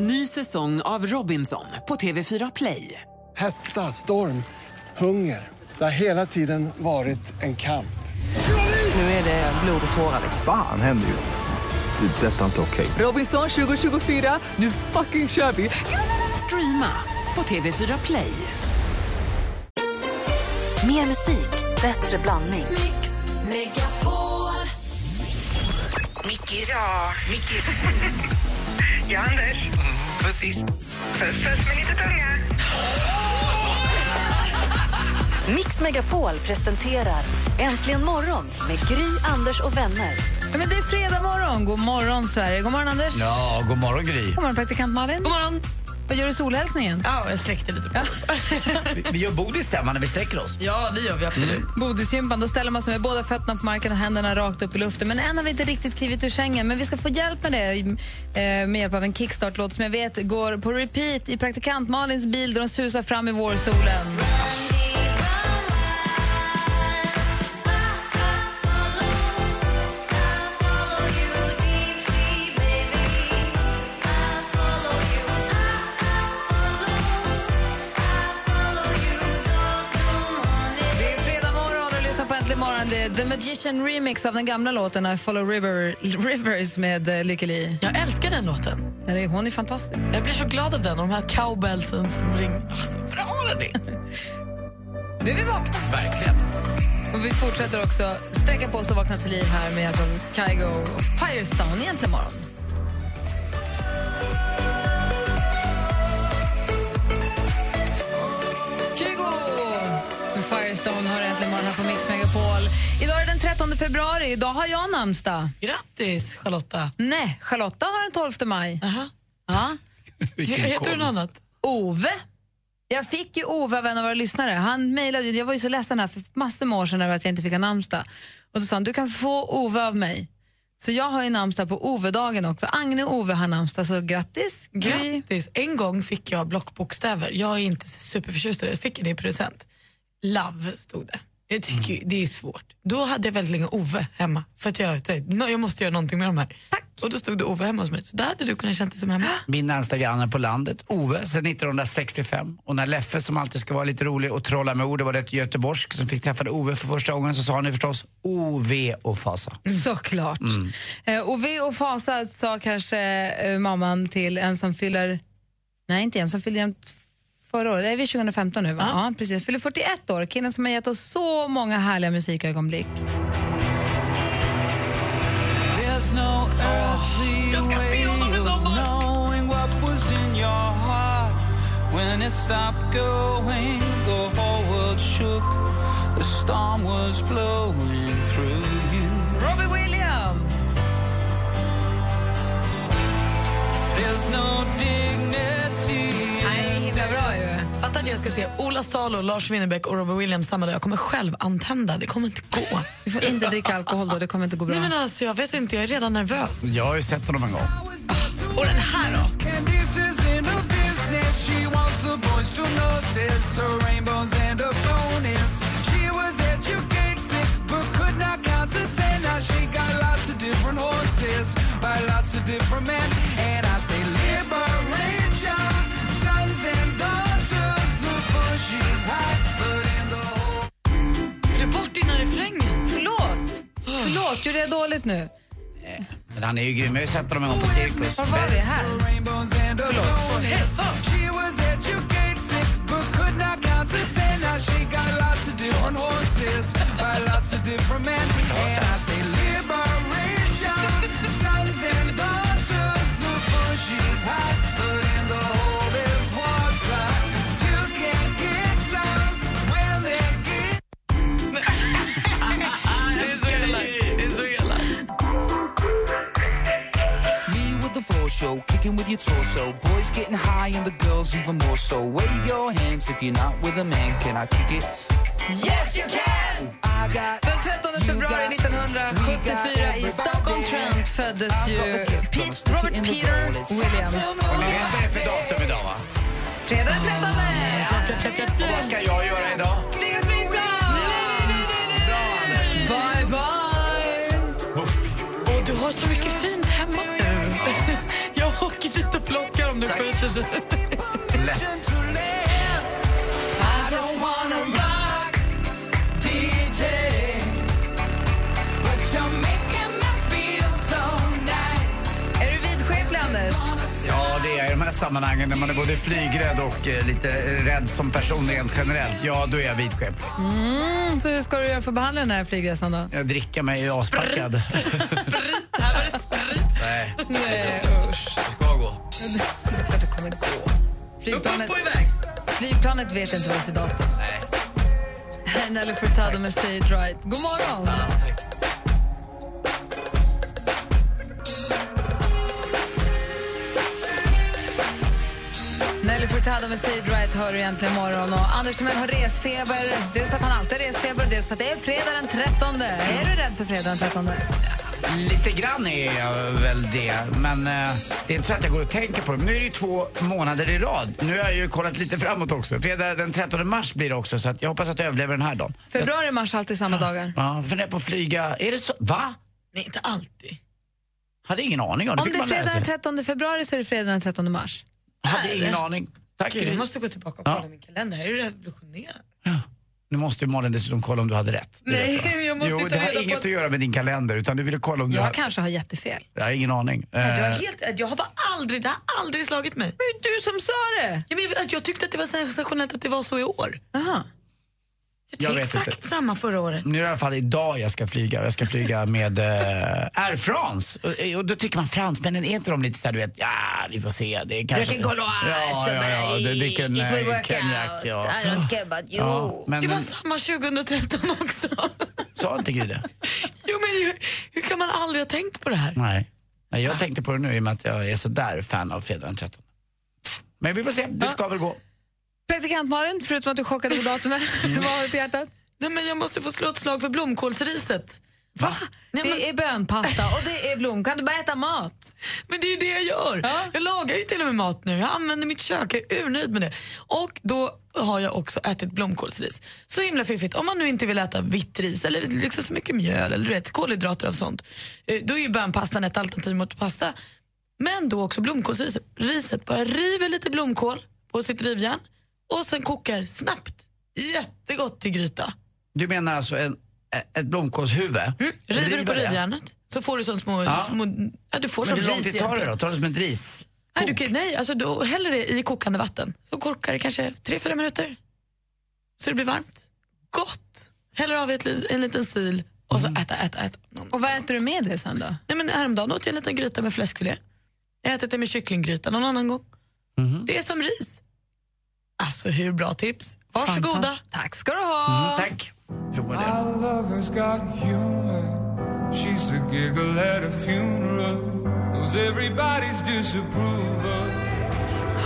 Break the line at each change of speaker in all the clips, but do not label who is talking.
Ny säsong av Robinson på TV4 Play.
Hetta, storm, hunger. Det har hela tiden varit en kamp.
Nu är det blod och tårar. liksom.
Fan händer just nu. Det. är Detta är inte okej.
Robinson 2024, nu fucking kör vi! Streama på TV4 Play.
Mer musik, bättre blandning.
Micke. Ja, Micke. ja, Anders.
Mm,
Precis.
Puss, puss med lite tunga.
Mix Megapol presenterar Äntligen morgon med Gry, Anders och vänner.
Ja, men det är fredag morgon. God morgon, Sverige. God morgon, Anders.
Ja, god morgon Gry.
God morgon, praktikant Malin. God morgon. Vad gör du i solhälsningen?
Ja, jag sträckte lite på
Vi, vi gör bodis hemma när vi sträcker oss. Mm.
Ja, det gör vi absolut.
Bodisgympan, då ställer man sig med båda fötterna på marken och händerna rakt upp i luften. Men än har vi inte riktigt klivit ur sängen. Men vi ska få hjälp med det eh, med hjälp av en kickstart-låt som jag vet går på repeat i praktikant Malins bil där de susar fram i vårsolen. Det är fredag morgon och lyssnar på Äntligen morgon. Det är The Magician Remix av den gamla låten I Follow River, Rivers med eh, Lykke Li.
Jag älskar den låten.
Ja, det- Hon är fantastisk.
Jag blir så glad av den och de här cowbellsen som ringer. Ah, så bra den är!
Nu är vi vakna.
Verkligen.
Och vi fortsätter också sträcka på oss och vakna till liv här med hjälp av Kygo och Firestone egentligen morgon. Kygo! Med Firestone har äntligen morgon här på Mix Megapol. Idag är den 13 februari, idag har jag namnsdag.
Grattis, Charlotta.
Nej, Charlotta har den 12 maj.
Aha.
Ja.
H- Heter du något annat?
Ove. Jag fick ju Ove av en av våra lyssnare. Han mejlade, ju- jag var ju så ledsen här för massor med år sedan över att jag inte fick ha namnsdag. Och så sa han, du kan få Ove av mig. Så jag har ju namnsdag på Ove-dagen också. Agne och Ove har namnsdag, så grattis. Gry.
Grattis. En gång fick jag blockbokstäver. Jag är inte superförtjust i det. Jag fick det i present. Love stod det. Jag tycker ju det är svårt. Då hade jag väldigt länge Ove hemma för att jag tänkte "Nå, jag måste göra någonting med de här. Och då stod det Ove hemma hos mig. Så där hade du kunnat känna dig som hemma.
Min närmsta granne på landet, Ove, sedan 1965. Och när Leffe, som alltid ska vara lite rolig och trolla med ord, det var det ett göteborgsk som fick träffa Ove för första gången, så sa han ju förstås OV och Fasa. Mm.
Såklart. Eh, och ve och fasa sa kanske eh, mamman till en som fyller... Nej, inte en som fyller jämnt förra året. Det är vi 2015 nu, va? Ja. precis. Fyller 41 år. Killen som har gett oss så många härliga musikögonblick.
Jag ska se honom i sommar!
Robbie Williams! Nej, himla bra ju.
Fatta att jag ska se Ola Salo, Lars Winnerbäck och Robert Williams samma dag. Jag kommer själv antända. Det kommer inte gå.
Du får inte dricka alkohol då, det kommer inte gå bra.
Nej men alltså jag vet inte, jag är redan nervös.
Jag har ju sett honom en gång.
Och den här då? Är du bort innan refrängen? Ah.
Förlåt! Förlåt, gjorde jag dåligt nu?
Men han är ju grym. Jag har ju sett honom en gång på Cirkus.
Vad var det här?
Det är så elakt. Det är så elakt.
Me with the floor show, kicking with your torso. Boys getting high and the girls even more so. Wave your hands if you're not with a man. Can I kick it?
Yes you can!
I got.
Den 13 februari 1974 i Stockholm Trent föddes ju Pete, Robert Peter Williams.
Ni vet vad det är för datum idag, va?
Fredag den 13!
Och vad ska jag göra idag?
Flyga flygplan! Bye, bye!
Och du har så mycket fint hemma nu. Jag åker dit och plockar pengar om det skiter sig.
Lätt.
Är Er du vidskeplig, Anders?
Ja, det är i de här sammanhangen när man är både flygrädd och eh, lite rädd som person rent generellt. Ja, då är jag vidskeplig.
Mm, så hur ska du göra för att behandla den här flygresan då?
Jag dricker mig ju aspackad.
Här var det sprit.
Nej,
Nej, usch.
det ska gå.
Det är klart det kommer gå. Flygplanet, flygplanet vet inte vad det är för datum. Nej. Nelly Furtado med Say It Right. God morgon! Nelly Furtado med Say It Right hör du egentligen imorgon. Och Anders Timell har resfeber. Dels för att han alltid har resfeber, dels för att det är fredag den 13. Är du rädd för fredag den 13?
Lite grann är jag väl det, men eh, det är inte så att jag går och tänker på det. Men Nu är det ju två månader i rad. Nu har jag ju kollat lite framåt också. Fredag den 13 mars blir det också, så att jag hoppas att jag överlever den här dagen.
Februari och mars är alltid samma dagar.
Ja, funderar på att flyga. Är det så? Va?
Nej, inte alltid.
Hade ingen aning om.
Om
fick
det är
man lära
fredag den
sig.
13 februari så är det fredag den 13 mars.
Hade ingen aning. Tack.
Gud,
Gry.
jag måste gå tillbaka och
Ja.
kolla min kalender. Det här är ju revolutionerande.
Nu måste ju Malin dessutom kolla om du hade rätt. Det
Nej,
vet
jag måste
jo,
ju ta
det har
reda på
inget
att-
att göra med din kalender, utan du ville kolla om du
Jag
hade...
kanske har jättefel.
Jag har ingen aning.
Nej, Du har
Eh,
helt, jag har bara aldrig, det har aldrig slagit mig.
Det var ju du som sa det!
Jag, men, att jag tyckte att det var sensationellt att det var så i år.
Aha.
Jag
Jag
tyckte
vet
exakt
inte.
samma förra året.
Nu är det i alla fall idag jag ska flyga. Jag ska flyga med eh, Air France. Och, och då tycker man fransmännen, är inte de lite såhär du vet, ja vi får se. Det är kanske...
Brukar gå och-
ja, ja, ja, det, det kan,
It will
eh,
work
konjak,
out.
ja.
I don't care about you.
Ja, men,
Det var samma 2013 också.
Sa inte Gry det?
jo, men hur, hur kan man aldrig ha tänkt på det här?
Nej. Nej, jag tänkte på det nu i och med att jag är sådär fan av fredag den 13. Men vi får se, det ska väl gå.
Praktikant Malin, förutom att du chockade på datumet,
Mm.
vad har du på hjärtat?
Nej, men jag måste få slå ett slag för blomkålsriset.
Va?
Nej, men-
Det är bönpasta och det är blom. Kan du bara äta mat?
Men det är ju det jag gör.
Ja.
Jag lagar ju till och med mat nu. Jag använder mitt kök. Jag är urnöjd med det. Och då har jag också ätit blomkålsris. Så himla fiffigt. Om man nu inte vill äta vitt ris eller liksom så mycket mjöl eller du vet, kolhydrater och sånt. eh, Då är ju bönpastan ett alternativ mot pasta. Men då också blomkålsriset. Riset bara river lite blomkål på sitt rivjärn och sen kokar snabbt. Jättegott till gryta.
Du menar alltså en, ett blomkålshuvud?
Mm. River du
River
på
det?
rivjärnet så får du sån små...
Ja.
små ja, du får
Men
som
hur lång
ris
tid tar det
egentligen.
då? Tar det som en ris?
Nej, du kan, nej alltså då häller det i kokande vatten. Så korkar det kanske 3-4 minuter. Så det blir varmt. Gott! Häller av i ett, li- en liten sil och så äta, äta, äta. Mm.
Och vad äter du med det sen då?
Nej, men häromdagen åt jag en liten gryta med fläskfilé. Jag har ätit det med kycklinggryta någon annan gång.
Mhm.
Det är som ris. Alltså hur bra tips. Varsågoda.
Fanta- Tack ska du ha.
Mm, tack. Prova det.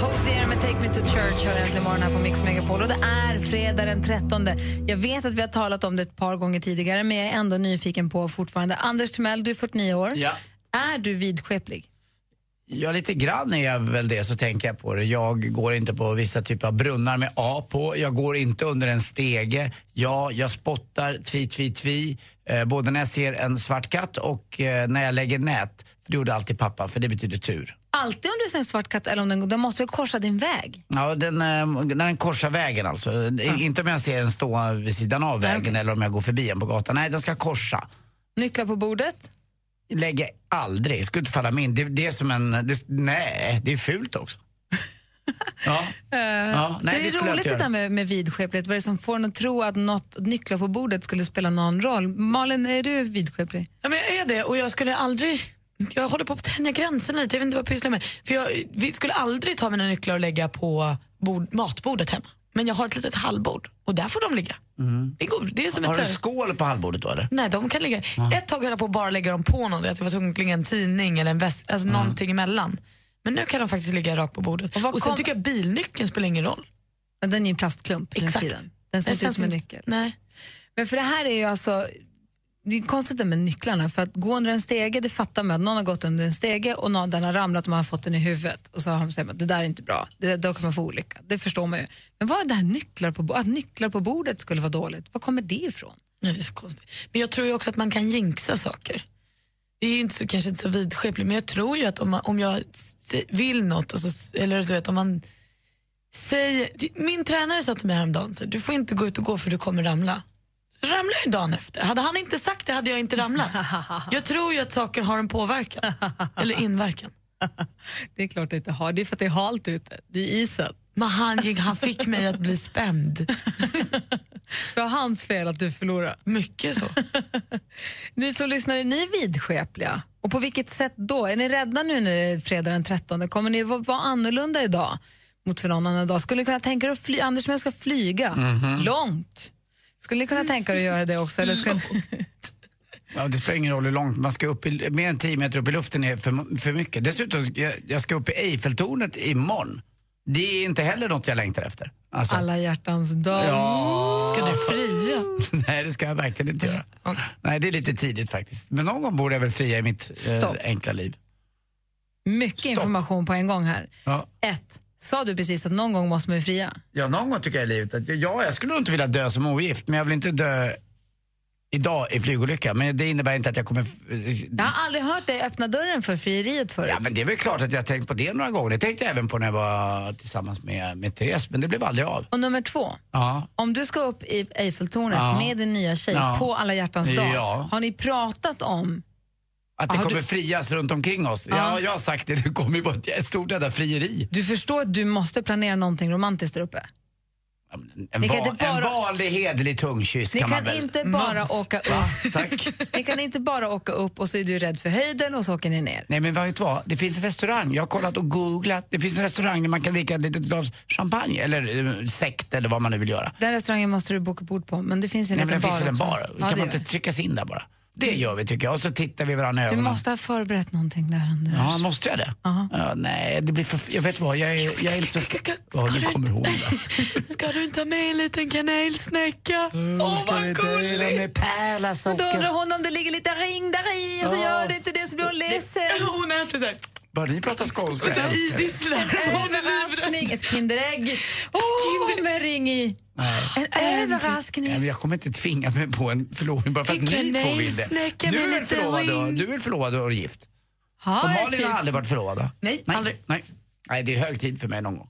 Hosier med Take Me To Church har äntligen morgon här på Mix Megapol. Och det är fredag den 13. Jag vet att vi har talat om det ett par gånger tidigare men jag är ändå nyfiken på fortfarande. Anders Timell, du är 49 år.
Ja.
Är du vidskeplig?
Ja, lite grann är jag väl det, så tänker jag på det. Jag går inte på vissa typer av brunnar med A på. Jag går inte under en stege. Ja, jag spottar tvi, tvi, tvi. Eh, både när jag ser en svart katt och eh, när jag lägger nät. För det gjorde alltid pappa, för det betyder tur.
Alltid om du ser en svart katt eller om den, den måste väl korsa din väg?
Ja, den, eh, när den korsar vägen alltså. I- Inte om jag ser den stå vid sidan av vägen
okej.
eller om jag går förbi den på gatan. Nej, den ska korsa.
Nycklar på bordet?
Lägger aldrig, skulle inte falla mig in. Det, det är som en, det, nej, det är fult också. Ja. ja.
Eh, För det är
skulle jag
roligt
inte
det
göra.
där med, med vidskeplighet. Vad är det som får en att tro att något nycklar på bordet skulle spela någon roll? Malin, är du vidskeplig?
Ja, men jag är det och jag skulle aldrig... Jag håller på att tänja gränserna lite, jag vet inte vad jag pysslar med. För jag vi skulle aldrig ta mina nycklar och lägga på bord, matbordet hemma. Men jag har ett litet hallbord och där får de ligga. Det, är god, det är som
Mm. Har
ett...
du
så här-
skål på halvbordet då eller?
Nej, de kan ligga. Ett tag höll jag på att bara lägga dem på något, att jag var tvungen att klinga en tidning eller en väst, alltså någonting emellan. Men nu kan de faktiskt ligga rakt på bordet. Och,
vad
sen
kom-
tycker jag bilnyckeln spelar ingen roll.
Men Den är ju en plastklump nu för
Exakt.
tiden. Den ser
Det
inte ut
känns
som en
inte-
nyckel.
Nej.
Men för det här är ju alltså, det är ju konstigt det med nycklarna, för att gå under en stege, det fattar man att någon har gått under en stege och någon, den har ramlat och man har fått den i huvudet och så har man sagt att det där är inte bra, det, då kan man få olycka, det förstår man ju. Men vad är det här nycklar på, bo- att nycklar på bordet skulle vara dåligt, var kommer det ifrån?
Nej, det är så konstigt. Men jag tror ju också att man kan jinxa saker. det är ju inte så, kanske inte så vidskepligt, men jag tror ju att om, man, om jag s- vill något, och så, eller du vet, om man säger... Min tränare sa till mig häromdagen, så, här, du får inte gå ut och gå för du kommer ramla. Så ramlade jag ju dagen efter. Hade han inte sagt det hade jag inte ramlat. Jag tror ju att saker har en påverkan, eller inverkan.
Det är klart det inte har. Det är för att det är halt ute. Det är isen.
Men han, gick, han fick mig att bli spänd.
Det var hans fel att du förlorade.
Mycket så.
Ni som lyssnar, är ni vidskepliga? Och på vilket sätt då? Är ni rädda nu när det är fredag den 13? Kommer ni va- vara annorlunda idag mot för någon annan dag? Skulle ni kunna tänka er att fly, Anders men jag ska flyga
Mhm.
långt? Skulle ni kunna tänka er att göra det också? Eller ska ni,
Ja, det spelar ingen roll hur långt, man ska upp i, mer än 10 meter upp i luften är för, för mycket. Dessutom, jag, jag ska upp i Eiffeltornet imorgon. Det är inte heller något jag längtar efter. Alltså,
alla hjärtans dag.
Ja.
Ska du fria?
Nej, det ska jag verkligen inte göra. Nej, det är lite tidigt faktiskt. Men någon gång borde jag väl fria i mitt eh,
Stopp.
enkla liv.
Mycket information på en gång här.
Ja.
Ett, sa du precis att någon gång måste man ju fria?
Ja, någon gång tycker jag i livet att jag- ja, jag skulle nog inte vilja dö som ogift, men jag vill inte dö idag i flygolycka. Men det innebär inte att jag kommer... eh, f-
Jag har aldrig hört dig öppna dörren för frieriet förut.
Ja, men det är väl klart att jag har tänkt på det några gånger. Det tänkte jag även på när jag var tillsammans med, med Therese, men det blev aldrig av.
Och nummer två,
Ja.
Om du ska upp i Eiffeltornet
Ja.
med din nya tjej
Ja.
på alla hjärtans dag,
Ja.
har ni pratat om...
Att det
Har
kommer
du-
frias runt omkring oss. Ja. jag har sagt det, det kommer ju vara ett- ett stort jävla frieri.
Du förstår att du måste planera någonting romantiskt där uppe.
Ja, men En,
Ni kan
va,
inte bara-
en vanlig hederlig tungkyss
Ni
kan
kan,
man väl...
inte bara
Mums.
åka upp.
Tack.
Ni kan inte bara åka upp och så är du rädd för höjden och så åker ni ner.
Nej men vet du vad, det finns en restaurang, jag har kollat och googlat, det finns en restaurang där man kan dricka ett litet glas champagne eller eh, sekt eller vad man nu vill göra.
Den restarangen måste du boka bord på, men det finns ju en
Nej, men
liten
det finns väl
bar
en
också.
bar?
Ja,
kan
det
man
gör
inte tryckas in där bara? Det gör vi tycker jag, och så tittar vi varandra i
det. Du
ögonen.
måste ha förberett någonting där, Anders.
Ja, måste jag det?
Ja.
Ja, nej, det blir för... Jag vet vad, jag är, jag är inte så... Ja,
Ska
nu
du
kommer
inte-
hon där.
Ska du inte ha med en liten kanelsnäcka? Åh,
Mm,
vad gulligt!
med pärlasocker.
Då undrar hon om det ligger lite ring där i och så
Ja.
gör det inte det så blir hon ledsen.
Hon äter så här,
Börjar ni prata skånska?
så här
Jag älskar det.
idisslar. Hon är livrädd.
Överraskning, ett Kinderägg. Åh,
Kinder-
med ring i.
Nej.
En överraskning.
Nej, men jag kommer inte tvinga mig på en förlovning bara för att
Vilken
ni två vill det.
nejsnäcka
Du
med
är, väl
lite
förlovad och,
ring.
du är väl förlovad och gift?
Ha
Och
ett
Malin
fint-
har aldrig varit förlovad?
Nej, aldrig.
Nej. Nej, det är hög tid för mig någon gång.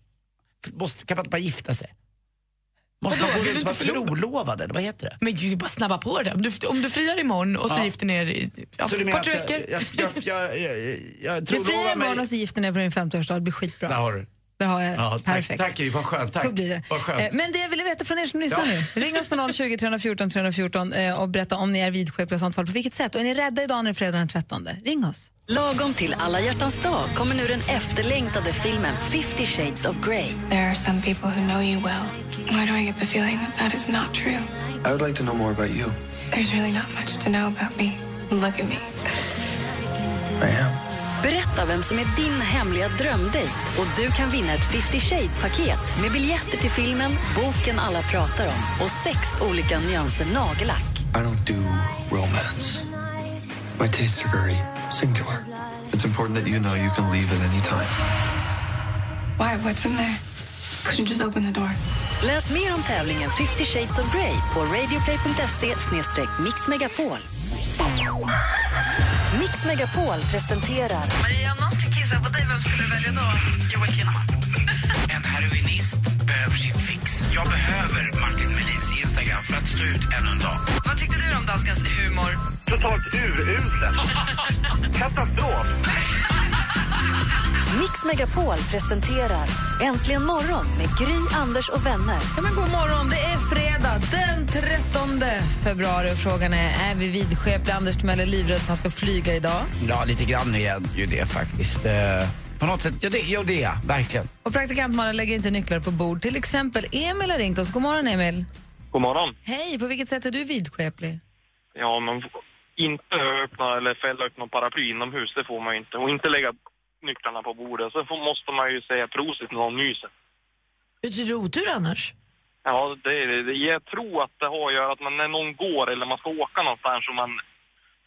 För- Måste, kan man inte bara gifta sig? Måste man gå
du
runt och vara
inte förlova?
trolovad eller vad heter det?
Men du bara snabba på det. Om du, om du friar imorgon och så gifter ni er i ja,
Så du menar
par
att
tre
jag, jag,
veckor.
jag, jag, jag, jag, jag
Du friar
trolovar
imorgon och
mig.
så gifter ni er på din 50-årsdag. Det blir skitbra.
Där har du.
Där har jag det.
Ja, tack,
Perfekt.
tack, vad skönt. Tack.
Så blir det.
Vad
Eh,
skönt.
Men det jag ville veta från er som lyssnar
Ja.
nu, ring oss på 020 314 314 eh, och berätta om ni är vidskepliga och sånt fall. På vilket sätt? Och är ni rädda idag när det är fredag den 13? Ring oss.
Lagom till alla hjärtans dag kommer nu den efterlängtade filmen 50 shades of Grey.
There are some people who know you well. Why do I get the feeling that that is not true?
I would like to know more about you.
There's really not much to know about me. Look at me.
I am.
Berätta vem som är din hemliga drömdejt och du kan vinna ett 50 Shades-paket med biljetter till filmen, boken alla pratar om och sex olika nyanser nagellack.
I don't do romance. My tastes are very singular. It's important that you know you can leave at any time.
Why? What's in there? Could you just open the door?
Läs mer om tävlingen 50 Shades of Grey på radioplay.se mixmegapol. Mix Megapol presenterar
Maria, om någon skulle kissa på dig, vem skulle du välja då?
Joel Kinnaman. En heroinist behöver sin fix. Jag behöver Martin Melins Instagram för att stå ut ännu en dag.
Vad tyckte du om danskans humor?
Totalt urusel. Katastrof.
Mix Megapol presenterar Äntligen morgon med Gry, Anders och vänner.
Ja, men god morgon, det är fredag den 13 februari och frågan är, är vi vidskepliga? Anders Timell är livrädd att han ska flyga idag.
Ja, lite grann är jag ju det faktiskt. Eh, På något sätt, ja det, ja, det är jag. Verkligen.
Och praktikantmannen lägger inte nycklar på bord. Till exempel Emil har ringt oss. God morgon Emil.
God morgon.
Hej, på vilket sätt är du vidskeplig?
Ja, man får inte öppna eller fälla upp någon paraply inomhus, det får man ju inte. Och inte lägga nycklarna på bordet. Sen får, måste man ju säga prosit när någon nyser.
Betyder otur annars?
Ja, det, är- det, jag tror att det har att göra att man, när någon går eller man ska åka någonstans och man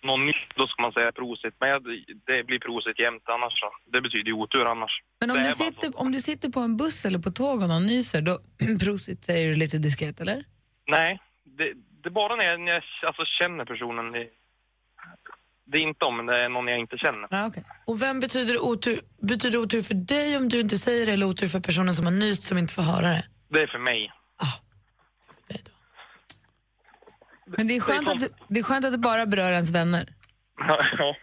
någon nyss, då ska man säga prosit. Men jag, det blir prosit jämt annars så. Det betyder ju otur annars.
Men alltså- om du,
det är bara så.
sitter, om du sitter på en buss eller på tåg och någon nyser, då prosit säger du lite diskret, eller?
Nej, det, det är bara när jag, när jag alltså, känner personen. i- det är inte om det är någon jag inte känner.
Ja, okay.
Och vem betyder otur? Betyder otur för dig om du inte säger det eller otur för personen som har nyst som inte får höra det?
Det är för mig.
Men det är, skönt att, det är skönt att det bara berör ens vänner.
ja.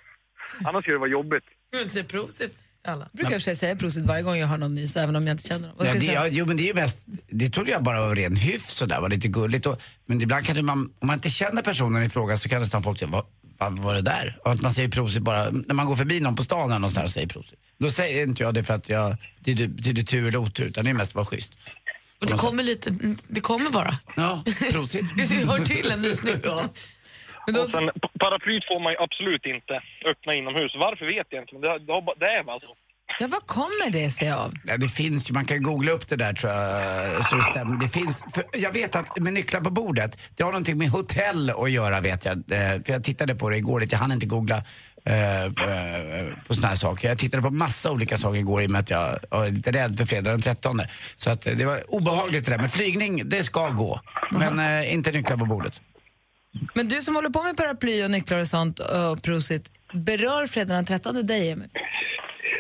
Annars skulle det vara jobbigt.
Kul att säga prosit. Alla.
Jag brukar jag säga prosit varje gång jag hör någon nys, även om jag inte känner dem. Vad
Ja,
ska
det,
jag säga?
ja, jo men det är ju mest, det trodde jag bara var ren hyfs sådär, var lite gulligt. Och, men ibland kan det man, om man inte känner personen i fråga så kan nästan folk säga, vad, vad var det där? Och att man säger prosit bara, när man går förbi någon på stan eller någonstans och säger prosit. Då säger inte jag det för att jag, det typ- det betyder tur eller otur, utan det är mest att vara schysst.
Och det kommer lite, det kommer bara.
Ja, prosit.
Det hör till en nysning.
Och sen, pa- paraplyt får man ju absolut inte öppna inomhus. Varför vet jag inte, men det, det, har ba- det är väl alltså så.
Ja, vad kommer det sig av?
Ja, det finns ju, man kan googla upp det där tror jag. Så det, stämmer. det finns, för jag vet att med nycklar på bordet, det har någonting med hotell att göra vet jag. Eh, För jag tittade på det igår lite, jag hann inte googla eh, eh, på såna här saker. Jag tittade på massa olika saker igår i och med att jag var lite rädd för fredag den 13. Så att eh, det var obehagligt det där. Men flygning, det ska gå. Men
Mm.
eh, inte nycklar på bordet.
Men du som håller på med paraply och nycklar och sånt och prosit, berör fredag den 13 dig, Emil?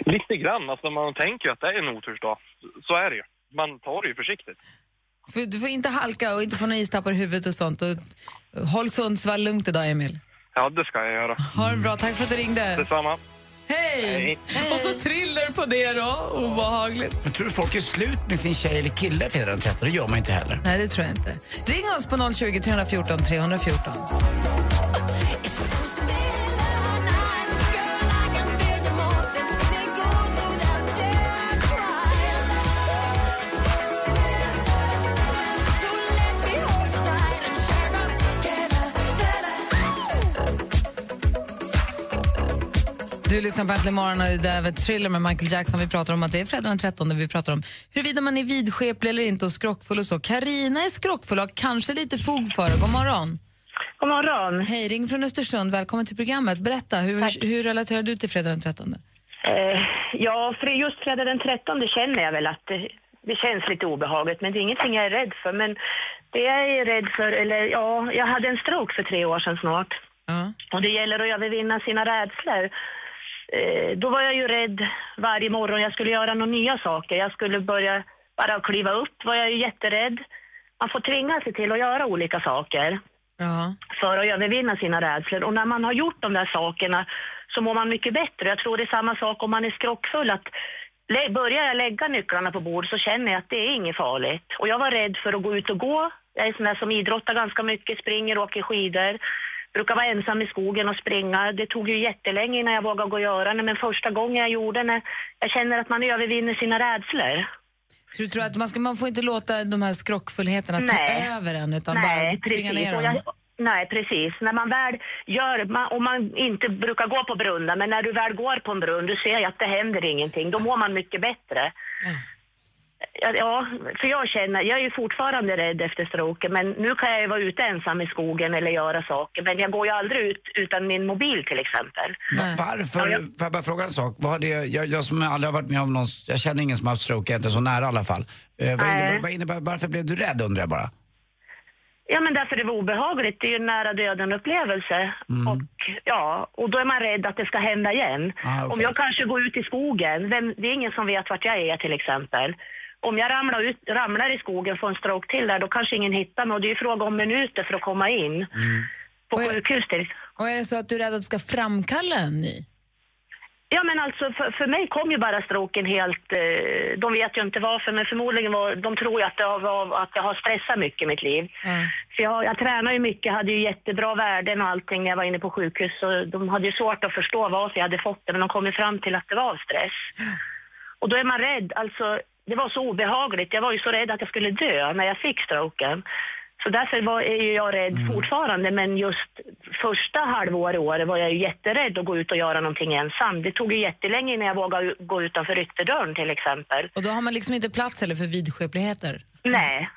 Lite grann, alltså man tänker ju att det är en otursdag. Så är det ju. Man tar det ju försiktigt.
För du får inte halka och inte få några istappar i huvudet och sånt. Och håll Sundsvall lugnt idag, Emil.
Ja, det ska jag göra.
Ha det bra, tack för att du ringde.
Detsamma.
Hej! Och så thriller på det då, obehagligt.
Men tror du folk är slut med sin tjej eller kille fredag den 13? Det gör man inte heller.
Nej, det tror jag inte. Ring oss på 020 314 314. Du lyssnar på Äntligen morgon och det där med Thriller med Michael Jackson. Vi pratar om att det är fredag den 13. Vi pratar om huruvida man är vidskeplig eller inte och skrockfull och så. Karina är skrockfull och har kanske lite fog för det. God morgon.
God morgon.
Hej, ring från Östersund. Välkommen till programmet. Berätta, hur, hur relaterar du till fredag den 13?
Eh, ja, för just fredag den 13 känner jag väl att det, det känns lite obehagligt, men det är ingenting jag är rädd för. Men det jag är rädd för, eller ja, jag hade en stroke för tre år sedan snart. Och det gäller att övervinna sina rädslor. Eh, då var jag ju rädd varje morgon. Jag skulle göra några nya saker. Jag skulle börja bara kliva upp, var jag ju jätterädd. Man får tvinga sig till att göra olika saker
Ja.
för att övervinna sina rädslor. Och när man har gjort de där sakerna så mår man mycket bättre. Jag tror det är samma sak om man är skrockfull. Att lä- börjar jag lägga nycklarna på bord så känner jag att det är inget farligt. Och jag var rädd för att gå ut och gå. Jag är sån där som idrottar ganska mycket, springer och åker skidor. Brukar vara ensam i skogen och springa. Det tog ju jättelänge innan jag vågade gå och göra det. Men första gången jag gjorde det, jag känner att man övervinner sina rädslor.
Så du tror att man, ska, man får inte låta de här skrockfullheterna
Nej.
ta över en utan
Nej,
bara tvinga
precis.
ner
Och
dem?
jag, nej, precis. När man väl gör, man, om man inte brukar gå på brunnar, men när du väl går på en brunn, du ser ju att det händer ingenting. Då mår man mycket bättre. Ja, Ja, för jag känner, jag är ju fortfarande rädd efter stroken, men nu kan jag ju vara ute ensam i skogen eller göra saker. Men jag går ju aldrig ut utan min mobil till exempel.
Va- Varför, får jag bara fråga en sak? Vad har det, jag, jag som aldrig har varit med om någon, jag känner ingen som har haft stroke, inte så nära i alla fall. Eh, vad
Nej.
innebär, vad innebär, varför blev du rädd undrar jag bara?
Ja, men därför det var obehagligt. Det är ju en nära döden-upplevelse.
Mm.
Och, ja, och då är man rädd att det ska hända igen.
Ah, okej.
Om jag kanske går ut i skogen, vem, det är ingen som vet vart jag är till exempel. Om jag ramlar, ut, ramlar i skogen, får en stroke till där, då kanske ingen hittar mig. Och det är ju fråga om minuter för att komma in på sjukhus. Till.
Mm. Och är det så att du är rädd att du ska framkalla en ny?
Ja, men alltså för, för mig kom ju bara stroken helt... Eh, de vet ju inte varför, men förmodligen var... De tror ju att, det har, var, att jag har stressat mycket i mitt liv. För jag, jag tränar ju mycket, hade ju jättebra värden och allting när jag var inne på sjukhus. Så de hade ju svårt att förstå varför jag hade fått det, men de kom ju fram till att det var av stress. Och då är man rädd. Alltså, det var så obehagligt. Jag var ju så rädd att jag skulle dö när jag fick stroken. Så därför var, är ju jag rädd
Mm.
fortfarande, men just första halvåret i året var jag ju jätterädd att gå ut och göra någonting ensam. Det tog ju jättelänge innan jag vågade u- gå utanför ytterdörren till exempel.
Och då har man liksom inte plats heller för vidskepligheter?
Nej.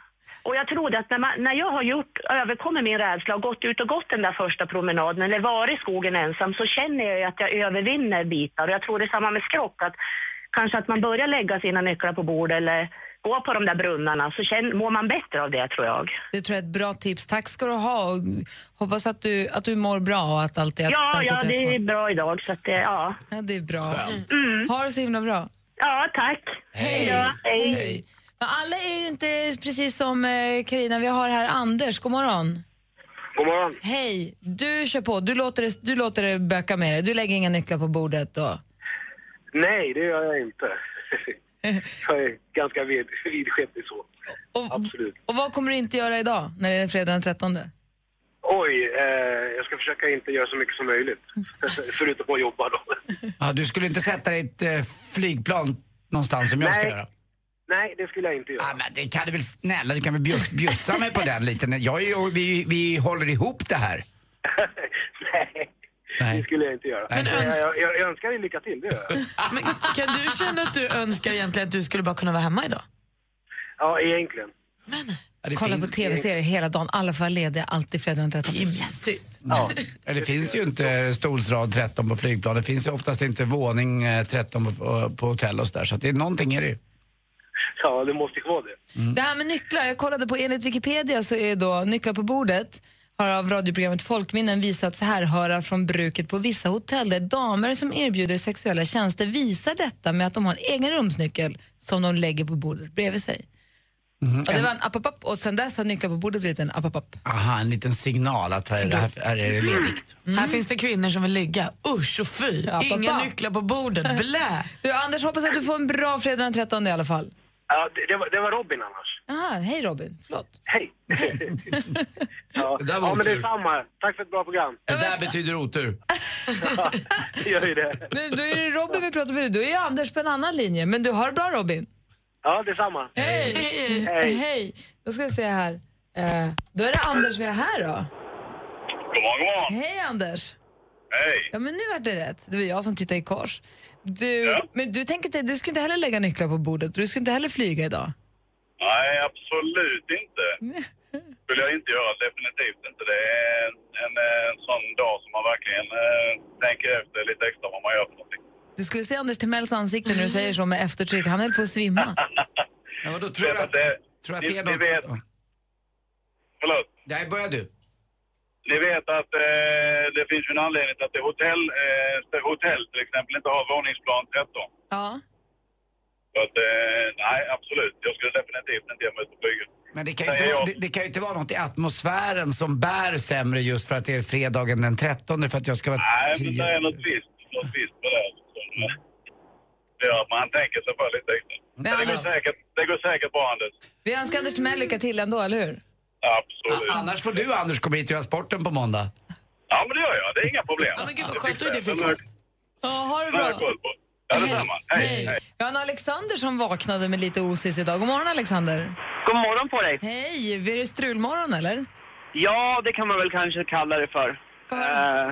Och jag trodde att när, man, när jag har gjort, överkommit min rädsla och gått ut och gått den där första promenaden eller varit i skogen ensam så känner jag ju att jag övervinner bitar. Och jag tror det är samma med skrock, att kanske att man börjar lägga sina nycklar på bord eller gå på de där brunnarna så känn, mår man bättre av det tror jag.
Det tror jag är ett bra tips. Tack ska du ha och hoppas att du, att du mår bra och att allt är
Ja,
allt
ja,
åt rätt
det är
håll.
bra idag så att det, ja.
Ja, det är bra. Mm. Ha det så himla bra.
Ja, tack.
Hej.
Ja, hej.
Men alla är ju inte precis som eh, Carina. Vi har här Anders. God morgon.
God morgon.
Hej. Du kör på. Du låter det, du låter det böka med dig. Du lägger inga nycklar på bordet. Och...
Nej, det gör jag inte. jag är ganska vid, vidskeplig så. Absolut.
och vad kommer du inte göra idag när det är fredag den 13?
Oj, eh, jag ska försöka inte göra så mycket som möjligt. Förutom att jobba då.
Ja, du skulle inte sätta dig i ett eh, flygplan någonstans som jag ska
Nej.
göra?
Nej, det skulle jag inte göra.
Ja, men det kan du väl, snälla du kan väl bjuss- bjussa mig på den lite. Jag är ju, vi, vi håller ihop det här.
Nej, det skulle jag inte göra.
Men
jag,
öns-
jag, jag önskar dig lycka till, det gör jag.
Men kan du känna att du önskar egentligen att du skulle bara kunna vara hemma idag?
Ja, egentligen.
Kolla på tv-serier hela dagen. Alla får vara lediga alltid fredag den 13.
Yes.
Ja. Det finns ju inte stolsrad 13 på flygplan. Det finns ju oftast inte våning eh, 13 på, på hotell och sådär. Så att det, är- någonting är det ju. Mm.
Ja, det måste ju vara det.
Det här med nycklar, jag kollade på, enligt Wikipedia så är då nycklar på bordet har av radioprogrammet Folkminnen visats härhöra från bruket på vissa hotell där damer som erbjuder sexuella tjänster visar detta med att de har en egen rumsnyckel som de lägger på bordet bredvid sig. Och det var en app och sen dess har nycklar på bordet blivit en app
Aha, en liten signal att här, är det- här, här är det ledigt.
Här finns det kvinnor som vill ligga. Usch och fy.
Mm. Ja,
Inga
pappa.
nycklar på bordet. Blä.
Du Anders, hoppas att du får en bra fredag den 13 i alla fall.
Ja, det, det, var, det var Robin annars.
Aha, hej Robin, förlåt.
Hej! ja,
där var
ja men det
otur.
är samma. Tack för ett bra program.
Det där betyder otur.
Det gör ju det.
Nu, då är det Robin vi pratar med nu, då är ju Anders på en annan linje. Men du har det bra Robin.
Ja, detsamma.
Hej!
Hej.
Hej! Då ska vi se här. Eh, då är det Anders vi har här då.
God morgon, god morgon.
Hej Anders!
Hej.
Ja men nu vart det rätt. Det var jag som tittade i kors. Du, men du tänker inte, du ska inte heller lägga nycklar på bordet. Du ska inte heller flyga idag.
Nej, absolut inte. skulle jag inte göra, definitivt inte. Det är en, en, eh, sån dag som man verkligen eh, tänker efter lite extra vad man gör för någonting.
Du skulle se Anders Timells ansikte när du säger så med eftertryck. Han höll på att svimma.
Ja, vadå, tror du att, tror att det är något... Vet.
Förlåt?
Nej, börja du.
Ni vet att eh, det finns ju en anledning till att det hotell, eh, st- hotell till exempel inte har våningsplan 13.
Ja.
Så att, eh, nej, absolut. Jag skulle definitivt inte ge mig ut på flyget.
Men det kan, ju inte
Nej,
vara,
jag-
det, det kan ju inte vara något i atmosfären som bär sämre just för att det är fredagen den 13 för att jag ska vara
Nej, men
tio.
det är något visst, något visst med det. här som, eh, Det gör att man tänker sig för lite extra. Men alltså-
Men
det, går
Anders-
säkert, det går säkert bra, Anders.
Vi önskar Anders Timell lycka till ändå, eller hur?
Absolut.
Annars får du Anders komma hit och göra sporten på måndag.
Ja, men det gör jag. Det är inga problem.
Ja, men gud, vad
Det
skönt. Då är det
fixar jag.
fixat.
Ja, ha det
Det har jag
bra.
koll på. Ja, detsamma. Hej, hej.
Vi har en Alexander som vaknade med lite osis idag. God morgon Alexander.
God morgon på dig.
Hej, är det strulmorgon eller?
Ja, det kan man väl kanske kalla det för. Eh,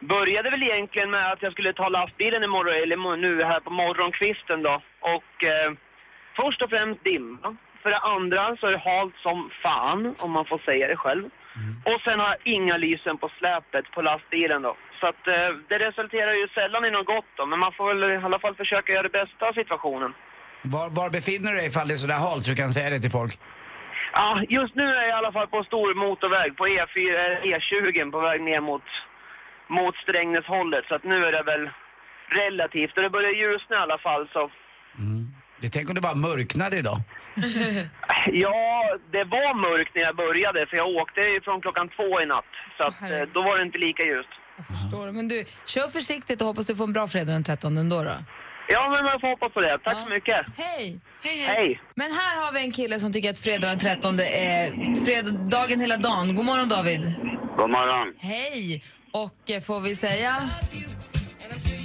började väl egentligen med att jag skulle ta lastbilen imorgon, eller mo- nu här på morgonkvisten då. Och eh, först och främst dimma. För det andra så är det halt som fan, om man får säga det själv. Och sen har jag inga lysen på släpet på lastbilen då. Så att eh, det resulterar ju sällan i något gott då, men man får väl i alla fall försöka göra det bästa av situationen.
Var, var befinner du dig ifall det är sådär halt så du kan säga det till folk?
Ja, just nu är jag i alla fall på en stor motorväg på E4, eh, E20 på väg ner mot, mot Strängnäshållet. Så att nu är det väl relativt. Och det börjar ljusna i alla fall så...
Det tänk om det bara mörknade idag.
Ja, det var mörkt när jag började för jag åkte ju från klockan två i natt. Så att, eh, då var det inte lika ljust.
Förstår du. Men du, kör försiktigt och hoppas du får en bra fredag den 13 ändå då.
Ja, men man får hoppas på det. Tack så mycket.
Hej! Hej,
Hej.
Men här har vi en kille som tycker att fredag den 13 är fredagen hela dagen. God morgon David.
God morgon.
Hej! Och eh, får vi säga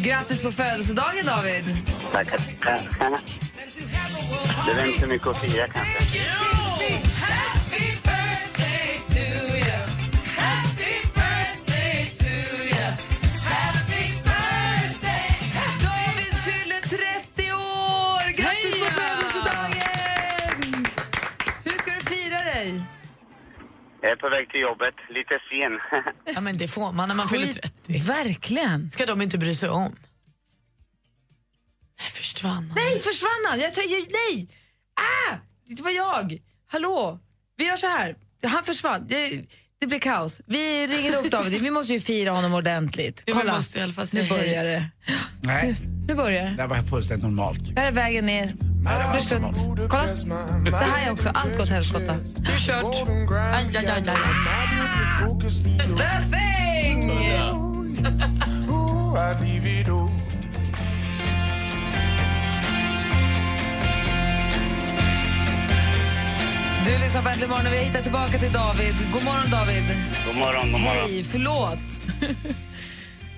grattis på födelsedagen David.
Tackar, tackar. Det är väl inte så mycket att fira kanske.
David fyller 30 år! Grattis på födelsedagen! Hur ska du fira dig?
Jag är på väg till jobbet, lite sen.
Ja, men det får man när man fyller 30.
Verkligen.
ska de inte bry sig om. Nej, försvann han?
Nej, försvann han? Jag tror, jag, nej! Ah! Det var jag. Hallå? Vi gör så här. Han försvann. Det, det blir kaos. Vi ringer upp David. Vi måste ju fira honom ordentligt.
Ja, vi
Kolla.
måste i alla fall säga
nu
hej.
börjar det.
Nej,
Nu börjar det.
det här var fullständigt normalt.
Det här är vägen ner. Nu ska- Kolla. Det här är också allt gott helskotta.
Du är kört. Aj, aj, aj, aj.
The thing! Du lyssnar på Äntligen morgon och vi har hittat tillbaka till David. God morgon, David.
God morgon, god morgon.
Hej, förlåt.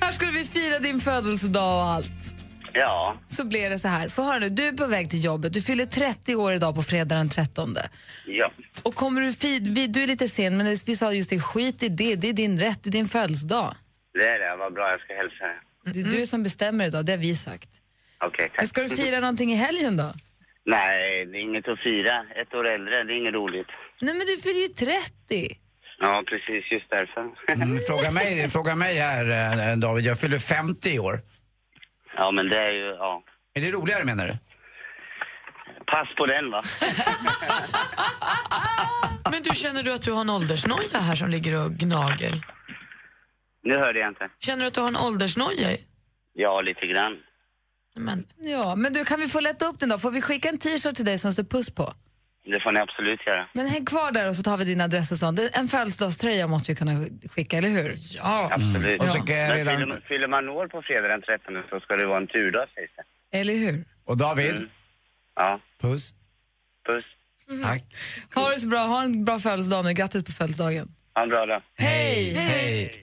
här skulle vi fira din födelsedag och allt.
Ja,
Så blev det så här. Få höra nu, du är på väg till jobbet. Du fyller 30 år idag på fredag den 13.
ja.
Och kommer du, fi- vi, du är lite sen, men vi sa just det, skit i det. Det är din rätt, det är din födelsedag.
Det är det. Vad bra, jag ska hälsa.
Det är
Mm.
du som bestämmer idag, det har vi sagt.
Okej, tack.
Men ska du fira någonting i helgen då?
Nej, det är inget att fira. Ett år äldre, det är inget roligt.
Nej men du fyller ju 30.
Ja, precis. Just därför.
Mm, fråga, mig, fråga mig här eh, David, jag fyller 50 i år.
Ja, men det är ju... Ja.
Är det roligare menar du?
Pass på den, va?
Men du, känner du att du har en åldersnoja här som ligger och gnager?
Nu hörde jag inte.
Känner du att du har en åldersnoja?
Ja, lite grann.
Ja, men du kan vi få lätta upp den då? Får vi skicka en t-shirt till dig som står puss på?
Det får ni absolut göra.
Men häng kvar där och så tar vi din adress och sånt. En födelsedagströja måste vi kunna skicka, eller hur? Ja.
Absolut.
Och så kan jag
Men
redan-
fyller, man- fyller man år på fredag den 13 så ska det vara en turdag, sägs det.
Eller hur?
Och David,
Mm. Ja.
puss.
Puss.
Tack.
Ha det så bra, ha en bra födelsedag nu. Grattis på födelsedagen.
Ha en bra dag.
Hej!
Hej!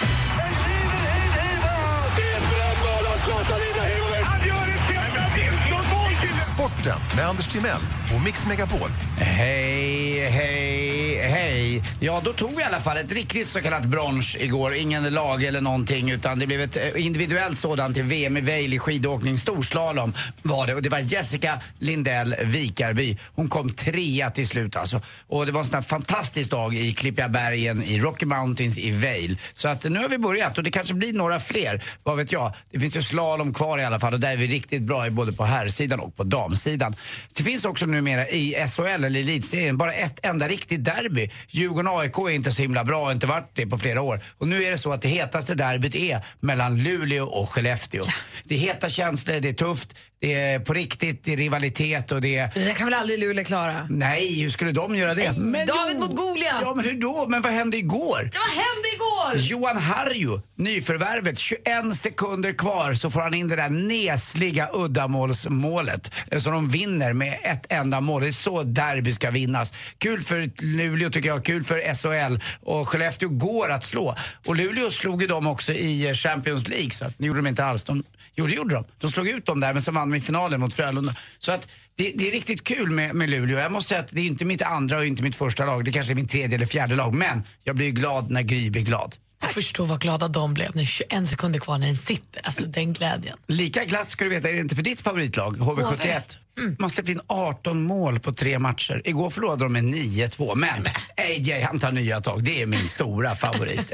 Sporten med Anders Timell och Mix Megapol.
Hej, hej, hej. Ja, då tog vi i alla fall ett riktigt så kallat brons igår. Ingen lag eller någonting utan det blev ett eh, individuellt sådant till VM i Vail i skidåkning. Storslalom var det och det var Jessica Lindell Vikarby. Hon kom trea till slut alltså. Och det var en sån här fantastisk dag i Klippiga bergen i Rocky Mountains i Vail. Så att nu har vi börjat och det kanske blir några fler, vad vet jag. Det finns ju slalom kvar i alla fall och där är vi riktigt bra i både på herrsidan och på damsidan. Det finns också numera i SHL, eller elitserien, bara ett enda riktigt derby. Djurgården-AIK är inte så himla bra, har inte varit det på flera år. Och nu är det så att det hetaste derbyt är mellan Luleå och Skellefteå. Det är heta känslor, det är tufft, det är på riktigt, det är rivalitet och det är
Det kan väl aldrig Luleå klara?
Nej, hur skulle de göra det?
David mot Goliat!
Ja, men hur då? Men vad hände igår?
Vad hände igår?
Johan Harju, nyförvärvet, 21 sekunder kvar så får han in det där nesliga uddamålsmålet eh, som de vinner med ett enda mål. Det är så derby ska vinnas. Kul för Luleå tycker jag, kul för SHL och Skellefteå går att slå. Och Luleå slog ju dem också i eh, Champions League så att, det gjorde de inte alls. De, jo, det gjorde de. De slog ut dem där men sen vann de i finalen mot Frölunda. Så att det, det är riktigt kul med, med Luleå. Jag måste säga att det är inte mitt andra och inte mitt första lag. Det kanske är mitt tredje eller fjärde lag. Men jag blir ju glad när Gry blir glad.
Jag förstår vad glada de blev när 21 sekunder kvar när den sitter. Alltså den glädjen.
Lika glatt ska du veta är det inte för ditt favoritlag, HV71. Man släppte in 18 mål på tre matcher. Igår förlorade de med 9-2, men AJ han tar nya tag. Det är min stora favorit.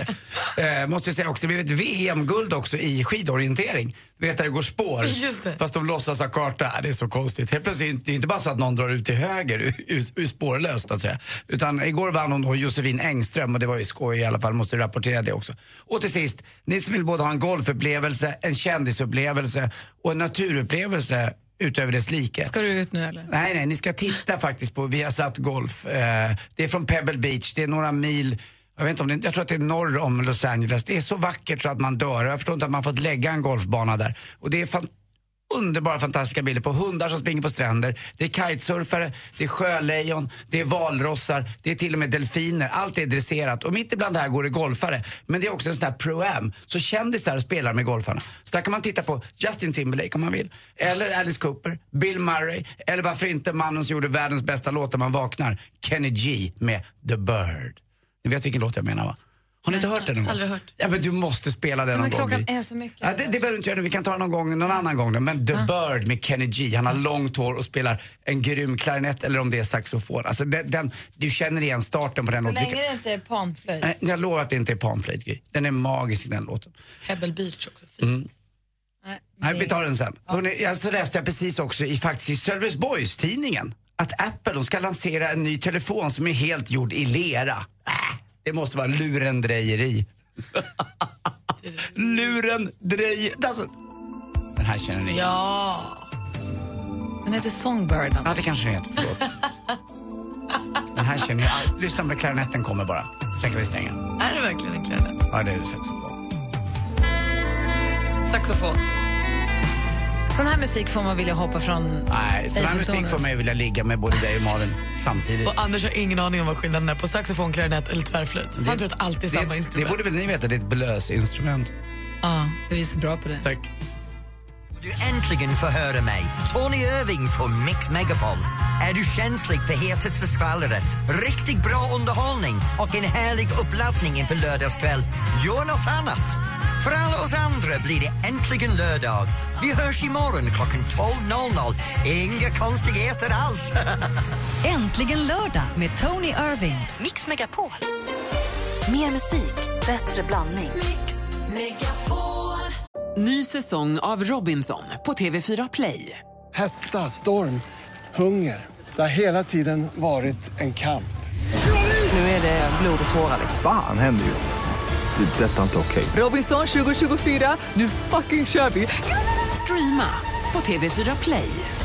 eh, måste säga också, det blev ett VM-guld också i skidorientering. Du vet där det går spår,
Just det.
fast de låtsas ha karta. Ah, Det är så konstigt. Helt plötsligt, det är inte bara så att någon drar ut till höger ur- ur ur spårlöst, att säga. Utan igår vann hon då Josefin Engström och det var ju skoj i alla fall, måste rapportera det också. Och till sist, ni som vill både ha en golfupplevelse, en kändisupplevelse och en naturupplevelse utöver dess like.
Ska du ut nu eller?
Nej, nej, ni ska titta faktiskt på Viasat Golf. Eh, det är från Pebble Beach, det är några mil jag, vet inte om det, jag tror att det är norr om Los Angeles. Det är så vackert så att man dör. Jag förstår inte att man fått lägga en golfbana där. Och det är fan, underbara fantastiska bilder på hundar som springer på stränder. Det är kitesurfare, det är sjölejon, det är valrossar, det är till och med delfiner. Allt är dresserat och mitt ibland det här går det golfare. Men det är också en sån här pro-am, så kändisar spelar med golfarna. Så där kan man titta på Justin Timberlake om man vill, eller Alice Cooper, Bill Murray, eller varför inte mannen som gjorde världens bästa låt när man vaknar, Kenny G med The Bird. Ni vet vilken låt jag menar va? Har ni inte hört den någon gång?
aldrig hört.
Ja, men du måste spela den någon
Men
gång.
klockan
Vi-
är så mycket.
Ja, det, det behöver du inte göra nu. Vi kan ta det någon, gång, någon annan gång. Då. Men The Bird med Kenny G. Han har långt hår och spelar en grym klarinett eller om det är saxofon. Alltså, den, den, du känner igen starten på den
Så
låten.
länge
Du kan-
det inte är panflöjt.
Nej, Jag lovar att det inte är panflöjt, Gry. Den är magisk den låten.
Pebble Beach också.
Mm.
Nej,
Nej, vi tar den sen. Hörrni, jag så läste jag precis också i, faktiskt i Sölvesborgs tidningen att Apple då ska lansera en ny telefon som är helt gjord i lera. Äh, det måste vara lurendrejeri. Lurendrej... Alltså, den här känner ni igen.
Ja.
Den heter Songbird.
Ja, det kanske den heter. Förlåt. Den här känner jag. all- Lyssna när klarinetten kommer bara. Sen kan vi stänga.
Är det verkligen en klarinett?
Ja, det är det saxofon.
Saxofon.
Sån här musik får man vilja hoppa från
Nej, sån här
Eiffeltornet.
musik får mig att vilja ligga med både dig och Malin samtidigt.
Och Anders har ingen aning om vad skillnaden är på saxofon, klarinett eller tvärflöjt. Han tror att allt är samma
det, det
instrument.
borde väl ni veta, det är ett blösinstrument.
Ja, vi är så bra på det.
Tack.
Du äntligen får höra mig, Tony Irving på Mix Megapol. Är du känslig för hetaste skvallret, riktigt bra underhållning och en härlig uppladdning inför lördagskväll, gör något annat. För alla oss andra blir det äntligen lördag. Vi hörs imorgon klockan 12.00. Inga konstigheter alls.
Äntligen lördag med Tony Irving. Mix Megapol. Mer musik, bättre blandning.
Ny säsong av Robinson på TV4 Play.
Hetta, storm, hunger. Det har hela tiden varit en kamp.
Nu är det blod och tårar. liksom.
Fan händer just nu. Det. är Detta är inte okej.
Robinson 2024, nu fucking kör vi! Streama på TV4 Play.